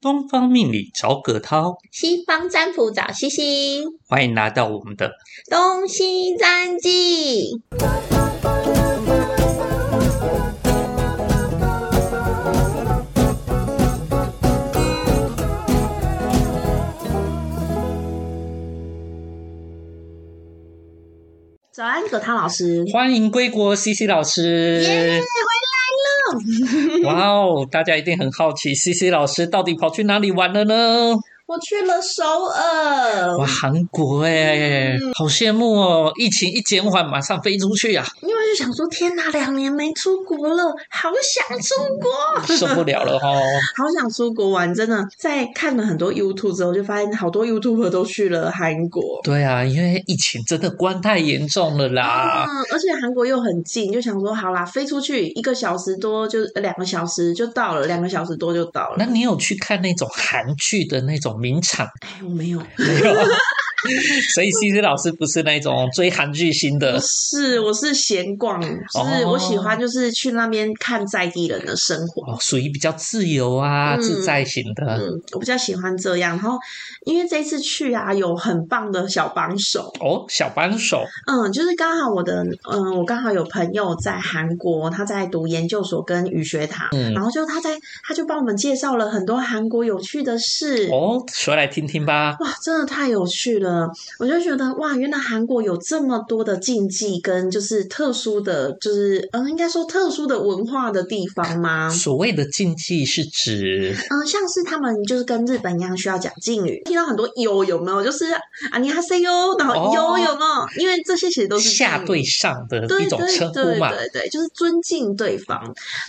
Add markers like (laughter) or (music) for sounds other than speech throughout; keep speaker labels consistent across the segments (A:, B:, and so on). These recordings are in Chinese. A: 东方命理找葛涛，
B: 西方占卜找西西，
A: 欢迎来到我们的
B: 东西占记。早安，葛汤老师。
A: 欢迎归国西西老师。哇哦，大家一定很好奇西西老师到底跑去哪里玩了呢？
B: 我去了首尔
A: 哇，，韩国哎、
B: 嗯
A: 好羡慕哦！疫情一减缓，马上飞出去啊，
B: 因为就想说，天哪，两年没出国了，好想出国，
A: 受不了了哦。
B: 好想出国玩。真的，在看了很多 YouTube 之后，就发现好多 YouTuber 都去了韩国。
A: 对啊，因为疫情真的关太严重了啦。
B: 嗯，而且韩国又很近，就想说好啦，飞出去一个小时多就呃两个小时就到了，两个小时多就到
A: 那
B: 了。
A: 你有去看那种韩剧的那种名场
B: 哎，我
A: (laughs)
B: 没有，
A: 没有？所以西西老师不是那种追韩剧星
B: 不
A: 的，
B: 是，我是闲逛，就是
A: 呃哦
B: 我喜欢就是去那边看在地人的生活。
A: 哦，属于比较自由啊、
B: 嗯
A: 自在型的。
B: 嗯，我比较喜欢这样。然后，因为这次去啊，有很棒的小帮手。
A: 哦，小帮手，
B: 嗯，就是刚好我的，嗯，我刚好有朋友在韩国，他在读研究所跟语学堂，
A: 嗯
B: 然后就他在，他就帮我们介绍了很多韩国有趣的事。
A: 哦，说来听听吧。
B: 哇，真的太有趣了！我就觉得哇，原来韩国有这么多的禁忌跟就是特殊的，就是嗯，应该说特殊的文化的地方吗？
A: 所谓的禁忌是指
B: 嗯，像是他们就是跟日本一样需要讲敬语，听到很多有有没有？就是啊，你哈 say 哟，然后
A: 哦
B: 有有没有？因为这些其实都是
A: 下
B: 敬语
A: 对上的
B: 对
A: 一种
B: 对
A: 称
B: 对
A: 呼嘛。
B: 对对，就是尊敬对方，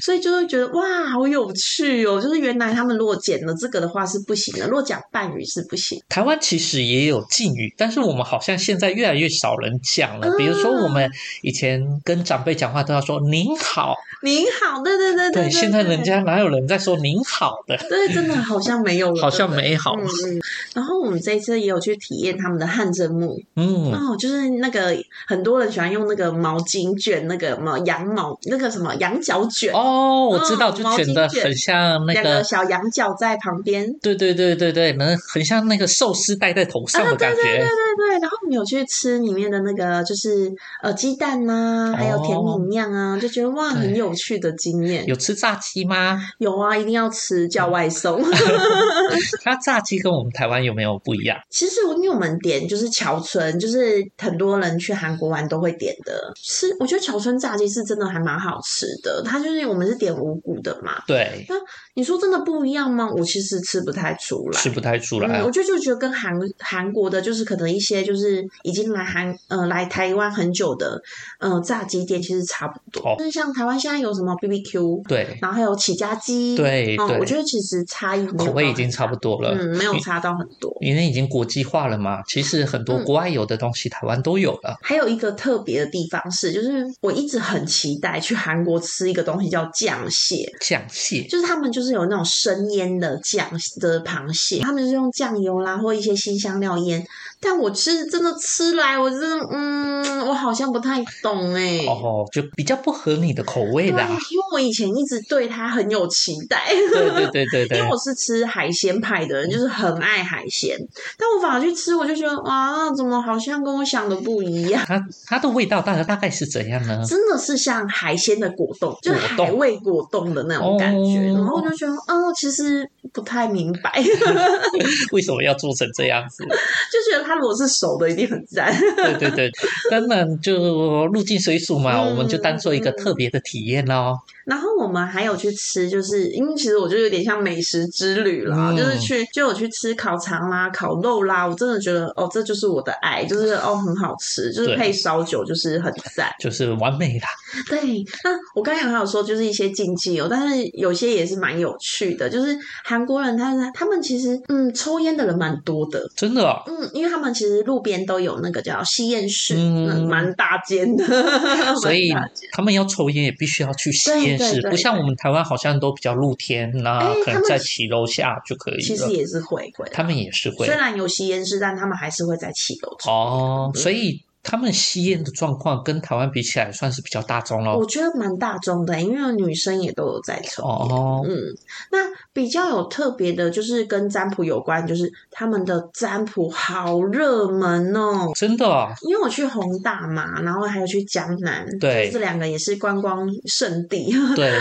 B: 所以就会觉得哇，好有趣哦！就是原来他们如果剪了这个的话是不行的，如果讲半语是不行。
A: 台湾其实也有敬语，但是我们好像现在越来越少人讲了。
B: 嗯
A: 比如说，我们以前跟长辈讲话都要说“您好
B: 您好，对对对”，对，
A: 现在人家哪有人在说“您好”的？
B: 对真的好像没有了，
A: 好像没好
B: 嗯。嗯。然后我们这一次也有去体验他们的汗蒸木，
A: 嗯，
B: 哦，就是那个很多人喜欢用那个毛巾卷，那个什么羊毛，那个什么羊角卷，
A: 哦，我知道，
B: 嗯
A: 就
B: 毛巾
A: 卷得
B: 卷
A: 很像那
B: 两个
A: 个。
B: 小羊角在旁边。
A: 对对对对对，能很像那个寿司戴在头上的感
B: 啊对
A: 觉
B: 对对，然后我们有去吃里面的那个，就是呃鸡蛋呐、还有甜品酿啊，就觉得哇，
A: 哦对
B: 很有趣的经验。
A: 有吃炸鸡
B: (laughs)
A: 吗？
B: 有啊，一定要吃叫外送。
A: (laughs) 它炸鸡跟我们台湾有没有不一样？
B: 其实我因为我们点就是桥村，就是很多人去韩国玩都会点的。吃，我觉得桥村炸鸡是真的还蛮好吃的。它就是我们是点五谷的嘛，
A: 对，
B: 你说真的不一样吗？我其实吃不太出来。
A: 吃不太出来啊
B: 嗯，我。就就觉得跟韩韩国的，就是可能一些就是已经来韩呃来台湾很久的，呃炸鸡店其实差不
A: 哦
B: 多。就是像台湾现在有什么 B B Q，
A: 对
B: 然后还有起家鸡，
A: 对
B: 嗯，我觉
A: 对，
B: 得其实差异没有到
A: 口味已经
B: 很
A: 差不多了。
B: 嗯，没有差到很多。
A: 因为已经国际化了嘛，其实很多
B: 嗯
A: 国外有的东西，台湾都有了。
B: 还有一个特别的地方是，就是我一直很期待去韩国吃一个东西叫酱蟹，
A: 酱蟹，
B: 就是他们就是有那种生腌的酱的螃蟹，他们就是用酱油啦或一些新香料腌。但我吃真的吃来，我真的嗯，我好像不太懂哎、
A: 哦，就比较不合你的口味
B: 对，啊
A: 啦。
B: 因为我以前一直对它很有期待，
A: 对对嗯对对对
B: (laughs) 因为，我是吃海鲜派的人，就是很爱海鲜。但我反而去吃，我就觉得啊，怎么好像跟我想的不一样？
A: 它它的味道大概大概是怎样
B: (laughs)
A: 呢？
B: 真的是像海鲜的果冻，就是
A: 果冻
B: 海味果冻的那种感觉。
A: 哦
B: 然后我就觉得，哦，其实不太明白。
A: 为什么要做成这样子？
B: 就觉得它如果是熟的，一定很赞。 (laughs)
A: (laughs) 对对对，当然就入境随俗嘛，
B: 嗯
A: 我们就当做一个特别的体验咯。
B: 然后我们还有去吃，就是因为其实我觉得有点像美食之旅啦，
A: 嗯
B: 就是去就有去吃烤肠啦、烤肉啦，我真的觉得哦，这就是我的爱，就是哦很好吃，就是
A: 对
B: 配烧酒就是很赞。 (laughs)
A: 就是完美啦。
B: 对，那我刚才还有说就是一些禁忌哦，但是有些也是蛮有趣的，就是韩国人他他们其实嗯抽烟的人蛮多的。
A: 真的哦、
B: 嗯，因为他们其实路边都有那个叫吸烟室，
A: 嗯
B: 嗯，蛮大间的， (laughs)
A: 所以
B: 蛮大
A: 他们要抽烟也必须要去实
B: 对
A: 验
B: 对
A: 室，
B: 对
A: 不像我们台湾好像都比较露天，那
B: 哎
A: 可
B: 他
A: 能
B: 们
A: 在骑楼下就可以
B: 其实
A: 了。
B: 也是会会的。
A: 他们也是会
B: 虽然有吸烟室，但他们还是会在七楼抽。
A: 哦，所以他们吸烟的状况跟台湾比起来，算是比较大众喽
B: 我。觉得蛮大众的，因为女生也都有在抽。
A: 哦，
B: 嗯，那比较有特别的，就是跟占卜有关，就是他们的占卜好热门哦。
A: 真的
B: (laughs)
A: 哦，
B: 因为我去宏大嘛，然后还有去江南，
A: 对
B: 这两个也是观光圣地。 (laughs)
A: 对，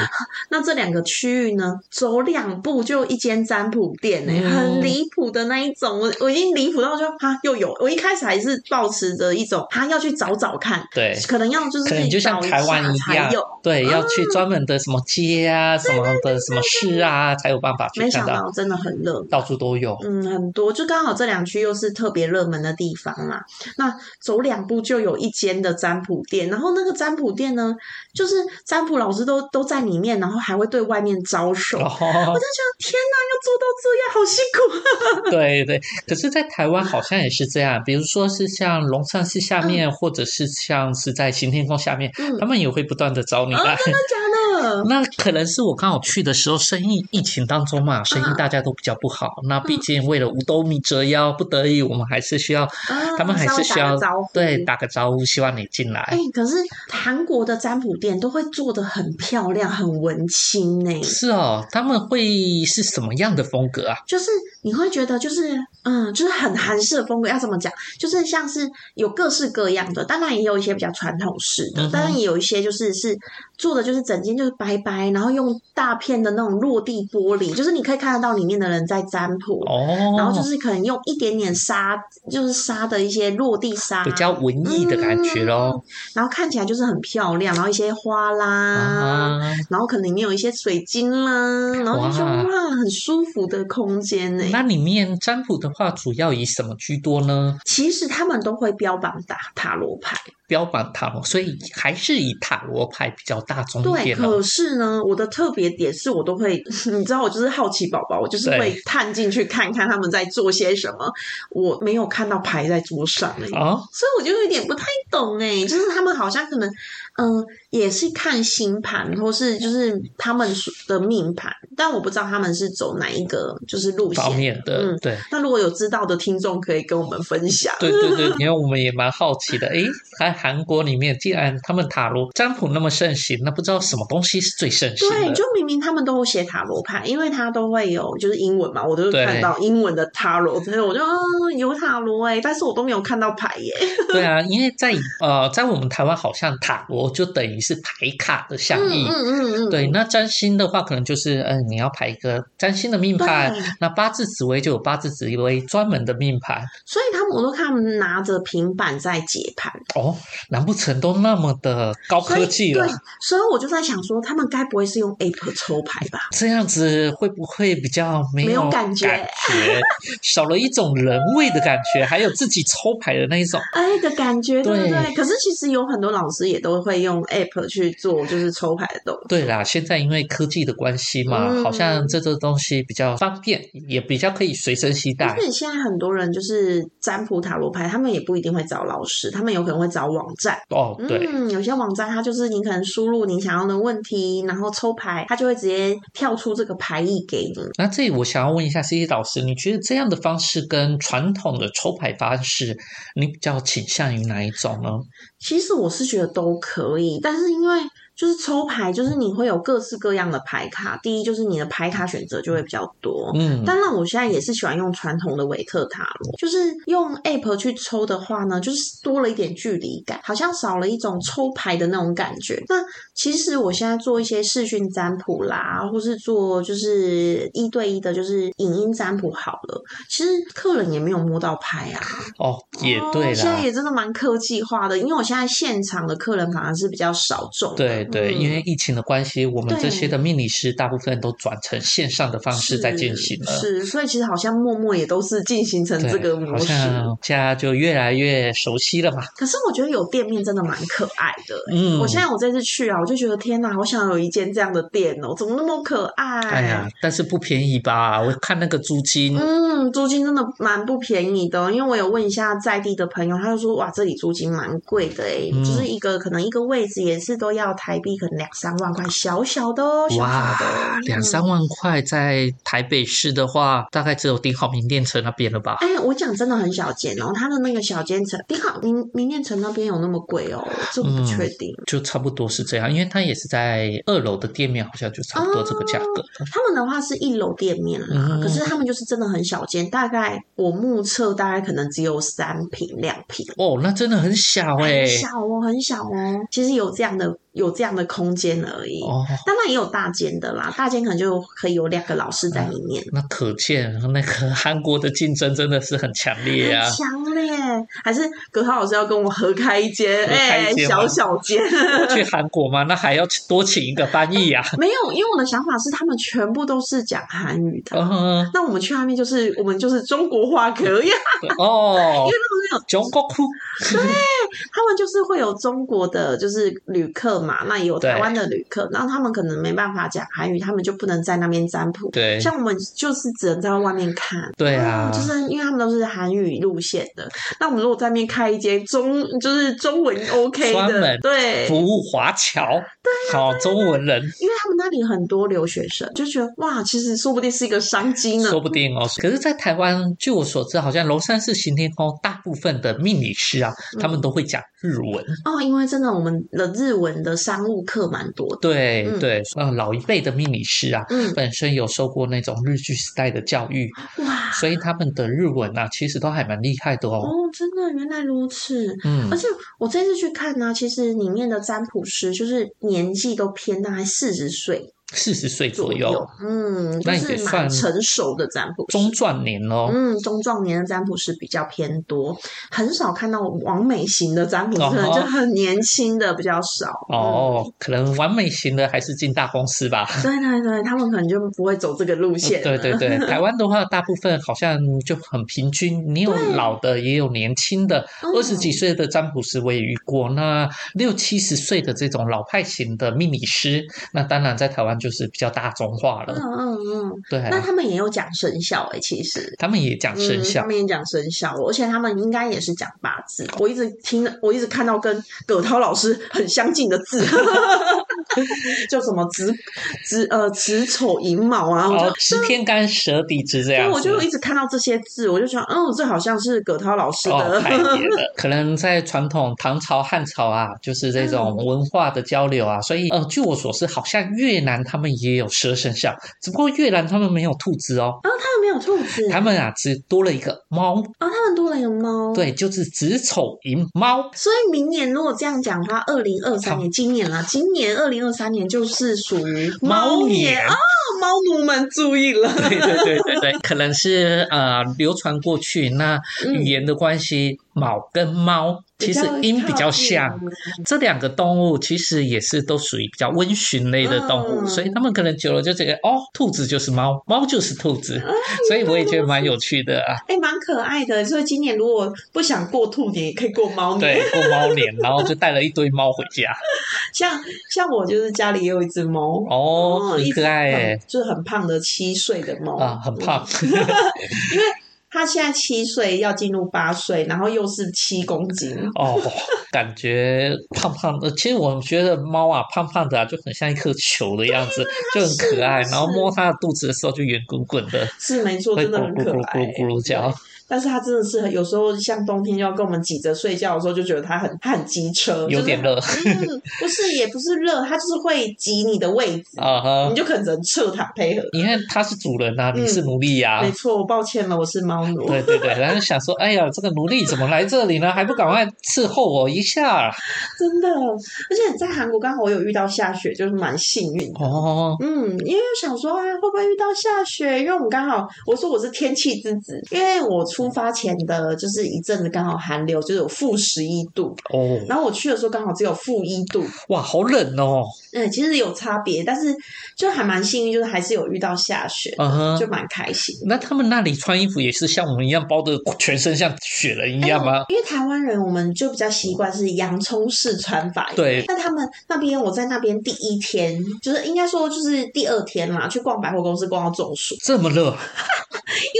B: 那这两个区域呢，走两步就有一间占卜店呢、
A: 嗯
B: 很离谱的那一种。我我已经离谱到就啊，又有。我一开始还是抱持着一种，他、啊、要去找找看，
A: 对，
B: 可能要就是
A: 可能就像
B: 找一
A: 台湾
B: 下
A: 一
B: 才
A: 样
B: 有。，
A: 对，要去专门的什么街啊、什么的什么市
B: (laughs)
A: 啊，才有办法去
B: 没
A: 看
B: 想
A: 到，
B: 到真的很热门。
A: 到处都有。
B: 嗯，很多就刚好这两区又是特别热门的地方嘛。那走两步就有一间的占卜店，然后那个占卜店呢，就是占卜老师都都在里面，然后还会对外面
A: (laughs)
B: 招手。
A: 然
B: 我
A: 后，
B: 就觉得天哪，要做到这样，好辛苦。
A: 对对，可是，在台湾好像也是这样，比如说是像龙山寺下面，或者是像是在行天宫下面，
B: 嗯
A: 他们也会不断的找你
B: 哦
A: 来。
B: 真的假的？
A: 那可能是我刚好去的时候，生意疫情当中嘛，生
B: 嗯
A: 意大家都比较不好。那毕竟为了五斗米折腰，不得已，我们还是需要，
B: 啊
A: 他们还是需要
B: 稍微打个招呼
A: 对打个招呼，希望你进来
B: 哎、。可是韩国的占卜店都会做的很漂亮，很文青呢、
A: 是哦，他们会是什么样的风格啊？
B: 就是你会觉得就是嗯，就是很韩式的风格，要怎么讲？就是像是有各式各样的，当然也有一些比较传统式的，
A: 嗯哼
B: 当然也有一些就是是做的就是整间就是白白，然后用大片的那种落地玻璃，就是你可以看得到里面的人在占卜。
A: 哦，
B: 然后就是可能用一点点沙，就是沙的一些落地沙，
A: 比较文艺的感觉咯。
B: 然后看起来就是很漂亮，然后一些花啦，
A: 啊，
B: 然后可能里面有一些水晶啦，然后就说
A: 哇
B: 哇，很舒服的空间呢、
A: 那里面占卜的话，主要以什么居多呢？
B: 其实他们都会标榜打塔罗牌，
A: 标榜塔罗，所以还是以塔罗牌比较大众一
B: 对。
A: 点哦。
B: 可是呢，我的特别点是我都会， (laughs) 你知道，我就是好奇宝宝，我就是
A: 对
B: 会探进去看看他们在做些什么。我没有看到牌在桌上、欸，
A: 哦，
B: 所以我就有点不太懂哎、就是他们好像可能，嗯、也是看星盘，或是就是他们的命盘，但我不知道他们是走哪一个就是路
A: 方
B: 线。
A: 面的
B: 嗯，
A: 对。
B: 那如果有知道的听众，可以跟我们分享。
A: 对对对，因为我们也蛮好奇的，诶，在韩国里面，既然他们塔罗占卜那么盛行，那不知道什么东西是最盛行
B: 对，
A: 的？
B: 就明明他们都有写塔罗牌，因为他都会有就是英文嘛，我都有
A: 对
B: 看到英文的塔罗，所以我就、嗯有塔罗哎、但是我都没有看到牌耶、
A: 对啊，因为在呃，在我们台湾好像塔罗就等于是牌卡的象
B: 嗯
A: 意，
B: 嗯嗯嗯，
A: 对，那占星的话，可能就是嗯、呃你要排一个占星的命盘
B: 对，
A: 那八字紫微就有八字紫微专门的命盘。
B: 所以他们我都看他们拿着平板在解盘，
A: 哦，难不成都那么的高
B: 所以
A: 科技了
B: 对？，所以我就在想说，他们该不会是用 App 抽牌吧？
A: 这样子会不会比较没
B: 没有
A: 感
B: 感觉
A: 觉少了一种人味的感觉，还有自己抽牌的那一种。
B: 哎的感觉，对不
A: 对
B: 对？可是其实有很多老师也都会用 App 去做，就是抽牌的动作。
A: 对啦，现在因为科技的关系嘛，
B: 嗯
A: 好像这个东西比较方便，也比较可以随身携带
B: 而。且现在很多人就是占卜塔罗牌，他们也不一定会找老师，他们有可能会找网站。
A: 哦，对，
B: 嗯，有些网站它就是你可能输入你想要的问题，然后抽牌，它就会直接跳出这个牌意给你。
A: 那这里我想要问一下 C C 老师，你觉得这样的方式跟传统的抽牌方式，你比较倾向于哪一种呢？
B: 其实我是觉得都可以，但是因为就是抽牌，就是你会有各式各样的牌卡。第一就是你的牌卡选择就会比较多。
A: 嗯，
B: 当然，我现在也是喜欢用传统的维特塔罗，就是用 App 去抽的话呢，就是多了一点距离感，好像少了一种抽牌的那种感觉。那其实我现在做一些视讯占卜啦，或是做就是一对一的，就是影音占卜好了，其实客人也没有摸到牌啊。
A: 哦，也
B: 哦
A: 对
B: 现在
A: 啦，
B: 也真的蛮科技化的，因为我现在现场的客人反而是比较少众的。
A: 对对，
B: 嗯
A: 因为疫情的关系，我们这
B: 对
A: 些的命理师大部分都转成线上的方式在进行了。
B: 是，是所以其实好像默默也都是进行成这
A: 对，
B: 个
A: 好
B: 模式。
A: 像大家就越来越熟悉了嘛。
B: 可是我觉得有店面真的蛮可爱的、欸
A: 嗯，
B: 我现在我这次去啊，我就觉得天哪，好想有一间这样的店哦、怎么那么可爱？
A: 哎呀，但是不便宜吧？我看那个租金，
B: 嗯，租金真的蛮不便宜的，哦因为我有问一下在地的朋友，他就说哇，这里租金蛮贵的诶、
A: 嗯
B: 就是一个可能一个位置也是都要台台币可能两三万块，小小的哦，小小的哦
A: 哇，两三。
B: 嗯
A: 万块在台北市的话，大概只有丁浩明电城那边了吧？
B: 哎，我讲真的很小间哦，它的那个小间层，你好，明明念城那边有那么贵哦？这我不
A: 嗯
B: 确定。
A: 就差不多是这样，因为它也是在二楼的店面，好像就差不多这个价格。
B: 他们的话是一楼店面啦，
A: 嗯
B: 可是他们就是真的很小间，大概我目测大概可能只有三平两平，
A: 哦，那真的很小哎、
B: 很小哦，很小哦。其实有这样的有这样的空间而已，
A: 哦，
B: 当然也有大间的啦，大间可能就可以有两个老师在里面。
A: 那可见那个 (laughs) 韩国的竞争真的是很强烈啊
B: (laughs) 很！强烈，还是葛浩老师要跟我合开一间？
A: 合开
B: 哎、
A: 一间吗
B: 小小间， (laughs)
A: 去韩国嘛，那还要多请一个翻译啊
B: (laughs)
A: 呀、
B: 没有，因为我的想法是他们全部都是讲韩语的。
A: 啊。
B: 那我们去外面就是我们就是中国话可以啊，
A: 哦
B: 因为，他们
A: 中国哭，
B: 有他们就是会有中国的就是旅客嘛，那也有台
A: 对
B: 湾的旅客，然后他们可能没办法讲韩语，他们就不能在那边占卜。
A: 对
B: 像我们就是只能在外面看。
A: 对啊
B: 嗯，就是因为他们都是韩语路线的，那我们如果在那边开一间中就是中文 OK
A: 专
B: 的
A: 门，
B: 对，
A: 服务华侨，
B: 啊
A: 好中文人，
B: 因为他们那里很多留学生，就觉得哇，其实说不定是一个商机呢
A: 说。不定哦。可是，在台湾，据我所知，好像龙山寺行天宫大部分的命理师啊，他
B: 嗯
A: 们都会讲日文。
B: 哦，因为真的我们的日文的商务课蛮多的，
A: 对
B: 嗯
A: 对，嗯，老一辈的命理师啊，
B: 嗯，
A: 本身有受过那种日据时代的教育，
B: 哇，
A: 所以他们的日文啊，其实都还蛮厉害的哦。
B: 哦，真的原来如此。
A: 嗯
B: 而，且我这次去看呢、其实里面的占卜师就是年纪都偏大概四十岁
A: 四十岁左
B: 左
A: 右，
B: 嗯，就
A: 那也
B: 是
A: 算
B: 蛮成熟的占卜师。
A: 中壮年哦。
B: 嗯，中壮年的占卜师比较偏多，很少看到完美型的占卜师，
A: 哦
B: 可能就很年轻的比较少。嗯
A: 哦，可能完美型的还是进大公司
B: (laughs)
A: 吧。
B: 嗯，对对对，他们可能就不会走这个路
A: 嗯
B: 线。
A: 对对对，台湾的话，大部分好像就很平均，你有
B: 对
A: 老的，也有年轻的。
B: 嗯
A: 二十几岁的占卜师我也遇过，那六七十岁的这种老派型的命理师，那当然在台湾就是比较大众化
B: 嗯
A: 了。
B: 嗯嗯，
A: 对
B: 那
A: 啊，
B: 他们也有讲生肖哎、其实。
A: 他们也讲生
B: 嗯，
A: 肖
B: 他，们也讲生肖，而且他们应该也是讲八字。我一直听，我一直看到跟葛涛老师很相近的字， (laughs) 就什么子子呃子丑寅卯啊，我就、
A: 哦，十天干蛇底子这
B: 对，
A: 样子。
B: 我就一直看到这些字，我就想，嗯，这好像是葛涛老师
A: 哦，
B: 的。
A: 太野了。可能在传统唐朝、汉朝啊，就是这种文化的交流啊，所以呃，据我所知，好像越南他们也有蛇生肖，只不过越南他们没有兔子哦，
B: 然后他啊们没有兔子，
A: 他们啊只多了一个猫，
B: 哦，他们多了一个猫。，
A: 对，就是子丑寅猫。
B: 所以明年如果这样讲的话，二零二三
A: 好
B: 年，今年啊，今年二零二三年就是属于
A: 猫
B: 年
A: 年
B: 啊，猫奴们注意了。
A: 对对对对对，可能是呃流传过去，那
B: 嗯
A: 语言的关系，卯跟猫其实音比较像，这两个动物其实也是都属于比较温驯类的动物，
B: 嗯
A: 所以它们可能久了就觉得哦，兔子就是猫，猫就是兔子，
B: 嗯
A: 所以我也觉得蛮有趣的
B: (laughs)
A: 啊。
B: 哎，蛮可爱的。所以今年如果不想过兔年，也可以过猫年。
A: 对，过猫年，然后就带了一堆猫回家。
B: 像像我就是家里也有一只猫，
A: 哦，很
B: 一只
A: 可爱
B: 很
A: 耶
B: 就是很胖的七岁的猫嗯
A: 啊，很胖。
B: 它现在七岁，要进入八岁，然后又是七公斤。
A: 哦，感觉胖胖的。其实我觉得猫啊，胖胖的啊，就很像一颗球的样
B: (laughs)
A: 子，就很
B: 是
A: 可爱。
B: 是
A: 然后摸它的肚子的时候，就圆滚滚的，
B: 是没错，
A: 会
B: 真的
A: 咕
B: 很
A: 噜咕
B: 可
A: 噜咕
B: 爱哦
A: 噜咕。噜叫。
B: 但是它真的是很有时候像冬天要跟我们挤着睡觉的时候，就觉得它很它很机车，
A: 有点热
B: 就是它。嗯，不是也不是热，它就是会挤你的位置，
A: (laughs) 啊哈
B: 你，就可能只能侧躺配合。
A: 因为它是主人啊，你
B: 嗯
A: 是奴隶呀、
B: 没错，我抱歉了，我是猫奴。
A: 对对对，然后想说，哎呀，这个奴隶怎么来这里呢？还不赶快伺候我一下？
B: 真的，而且在韩国刚好我有遇到下雪，就是蛮幸运的。
A: 哦，
B: 嗯，因为想说啊，会不会遇到下雪？因为我们刚好，我说我是天气之子，因为我出发前的就是一阵子刚好寒流，就是有负十一度，
A: 哦，
B: 然后我去的时候刚好只有负一度，
A: 哇，好冷哦，
B: 嗯，其实有差别，但是就还蛮幸运，就是还是有遇到下雪，
A: 嗯
B: 就
A: 哼。
B: 蛮开心。
A: 那他们那里穿衣服也是像我们一样包的全身像雪人一样吗？
B: 因为台湾人我们就比较习惯是洋葱式穿法，
A: 对
B: 但他们那边我在那边第一天，就是应该说就是第二天嘛，去逛百货公司逛到中暑，
A: 这么热，
B: 因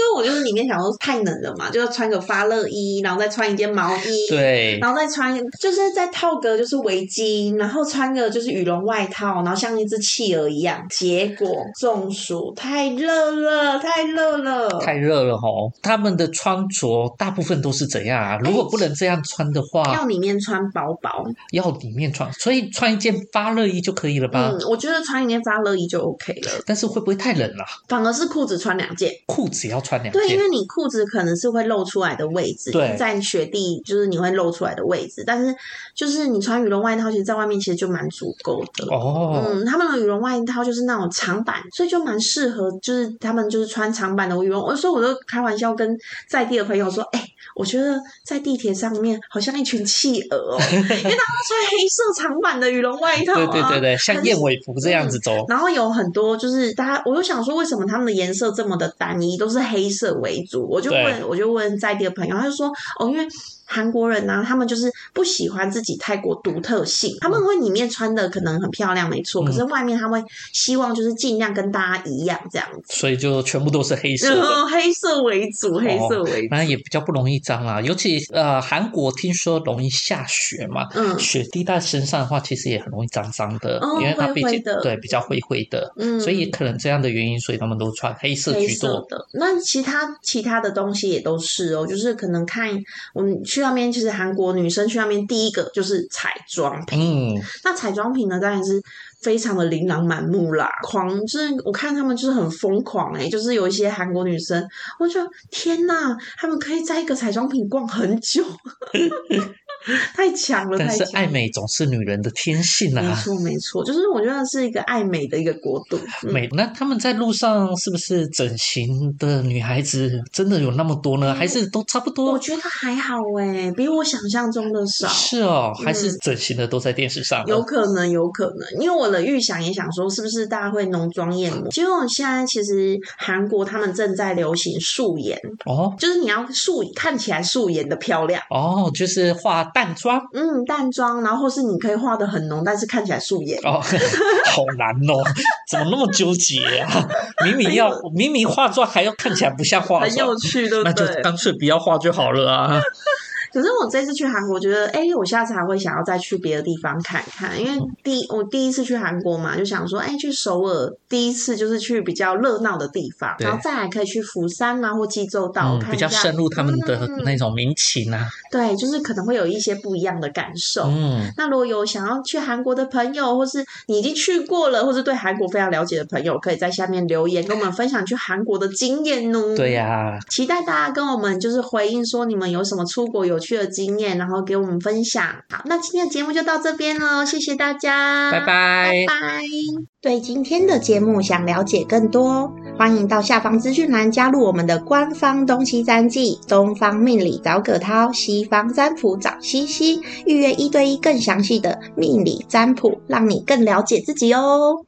B: 为我就是里面想说太冷了嘛，就要穿个发热衣，然后再穿一件毛衣，
A: 对，
B: 然后再穿，就是再套个就是围巾，然后穿个就是羽绒外套，然后像一只企鹅一样。结果中暑，太热了，太热了，
A: 太热了吼。他们的穿着大部分都是怎样啊？如果不能这样穿的话，
B: 要里面穿薄薄。
A: 要里面穿，所以穿一件发热衣就可以了吧？
B: 嗯，我觉得穿一件发热衣就 OK 了，
A: 但是会不会太冷了、
B: 反而是裤子穿两件。
A: 裤子要穿两
B: 对，因
A: 件，
B: 为你裤子可能是会露出来的位置，
A: 对
B: 在雪地就是你会露出来的位置，但是就是你穿羽绒外套，其实在外面其实就蛮足够的。
A: 哦，
B: 嗯，他们的羽绒外套就是那种长版，所以就蛮适合，就是他们就是穿长版的羽绒。所以我都开玩笑跟在地的朋友说，哎、我觉得在地铁上面好像一群企鹅哦， (laughs) 因为他们穿黑色长版的羽绒外套、
A: 对
B: 啊，
A: 对对对，像
B: 很嗯
A: 燕尾服这样子走，
B: 然后有很多就是大家，我就想说，为什么他们的颜色这么的单一，都是黑色为主？我就问，我就问在地的朋友，他就说，哦，因为韩国人呢、他们就是不喜欢自己泰国独特性，他们会里面穿的可能很漂亮，没错，
A: 嗯
B: 可是外面他们希望就是尽量跟大家一样这样子，
A: 所以就全部都是黑色
B: 然
A: 的。哦
B: 后黑色为主，黑色为主，
A: 当然也比较不容易脏啦，尤其呃，韩国听说容易下雪嘛，
B: 嗯
A: 雪滴在身上的话，其实也很容易脏脏的，
B: 哦
A: 因为它毕
B: 灰
A: 竟
B: 灰的
A: 对比较灰灰的，(laughs)
B: 嗯，
A: 所以也可能这样的原因，所以他们都穿黑色
B: 黑
A: 居
B: 色
A: 多。
B: 的。那其他其他的东西也都是哦，就是可能看我们去那边，其实韩国女生去那边第一个就是彩妆品。
A: 嗯，
B: 那彩妆品呢，当然是非常的琳琅满目啦，狂就是我看他们就是很疯狂哎、就是有一些韩国女生，我就觉得天呐，他们可以在一个彩妆品逛
A: (laughs)
B: 很久，太强了，
A: 但
B: 太
A: 是
B: 强
A: 爱
B: 了。
A: 美总是女人的天性
B: 没
A: 啊。
B: 错，没错，就是我觉得是一个爱美的一个国
A: (laughs)
B: 度。嗯
A: 美，那他们在路上是不是整形的女孩子真的有那么多呢？还是都差不
B: 我
A: 多？
B: 觉得还好哎、比我想象中的少。
A: 是哦，还是
B: 嗯
A: 整形的都在电视 (laughs) 上了？
B: 有可能，有可能，因为我的预想也想说，是不是大家会浓妆艳抹？结果现在其实韩国他们正在流行素颜，
A: 哦
B: 就是你要素看起来素颜的漂亮，
A: 哦，就是化淡妆
B: 嗯，淡妆，然后或是你可以化的很浓，但是看起来素颜。
A: 哦， (laughs) 好难哦，怎么那么纠结啊？明明要明明化妆，还要看起来不像化
B: 很有
A: 妆，
B: 趣，对
A: 哦那
B: 不
A: 就
B: 对？
A: 干脆不要化就好了啊。
B: 可是我这次去韩国，觉得哎、我下次还会想要再去别的地方看看，因为第一我第一次去韩国嘛，就想说哎、去首尔，第一次就是去比较热闹的地方，
A: 对
B: 然后再来可以去釜山啊或济州岛、
A: 嗯，
B: 看
A: 比
B: 一
A: 较
B: 下
A: 深入他们的
B: 嗯
A: 那种民情啊。
B: 对，就是可能会有一些不一样的感受。
A: 嗯，
B: 那如果有想要去韩国的朋友，或是你已经去过了，或是对韩国非常了解的朋友，可以在下面留言跟我们分享去韩国的经验哦。
A: 对、呀、
B: 期待大家跟我们就是回应说你们有什么出国有趣的经验，然后给我们分享。好，那今天的节目就到这边喽，谢谢大家，
A: 拜拜。
B: 嗯拜。对今天的节目想了解更多，欢迎到下方资讯栏加入我们的官方东西占记，东方命理找葛涛，西方占卜找西西，预约一对一更详细的命理占卜，让你更了解自己哦。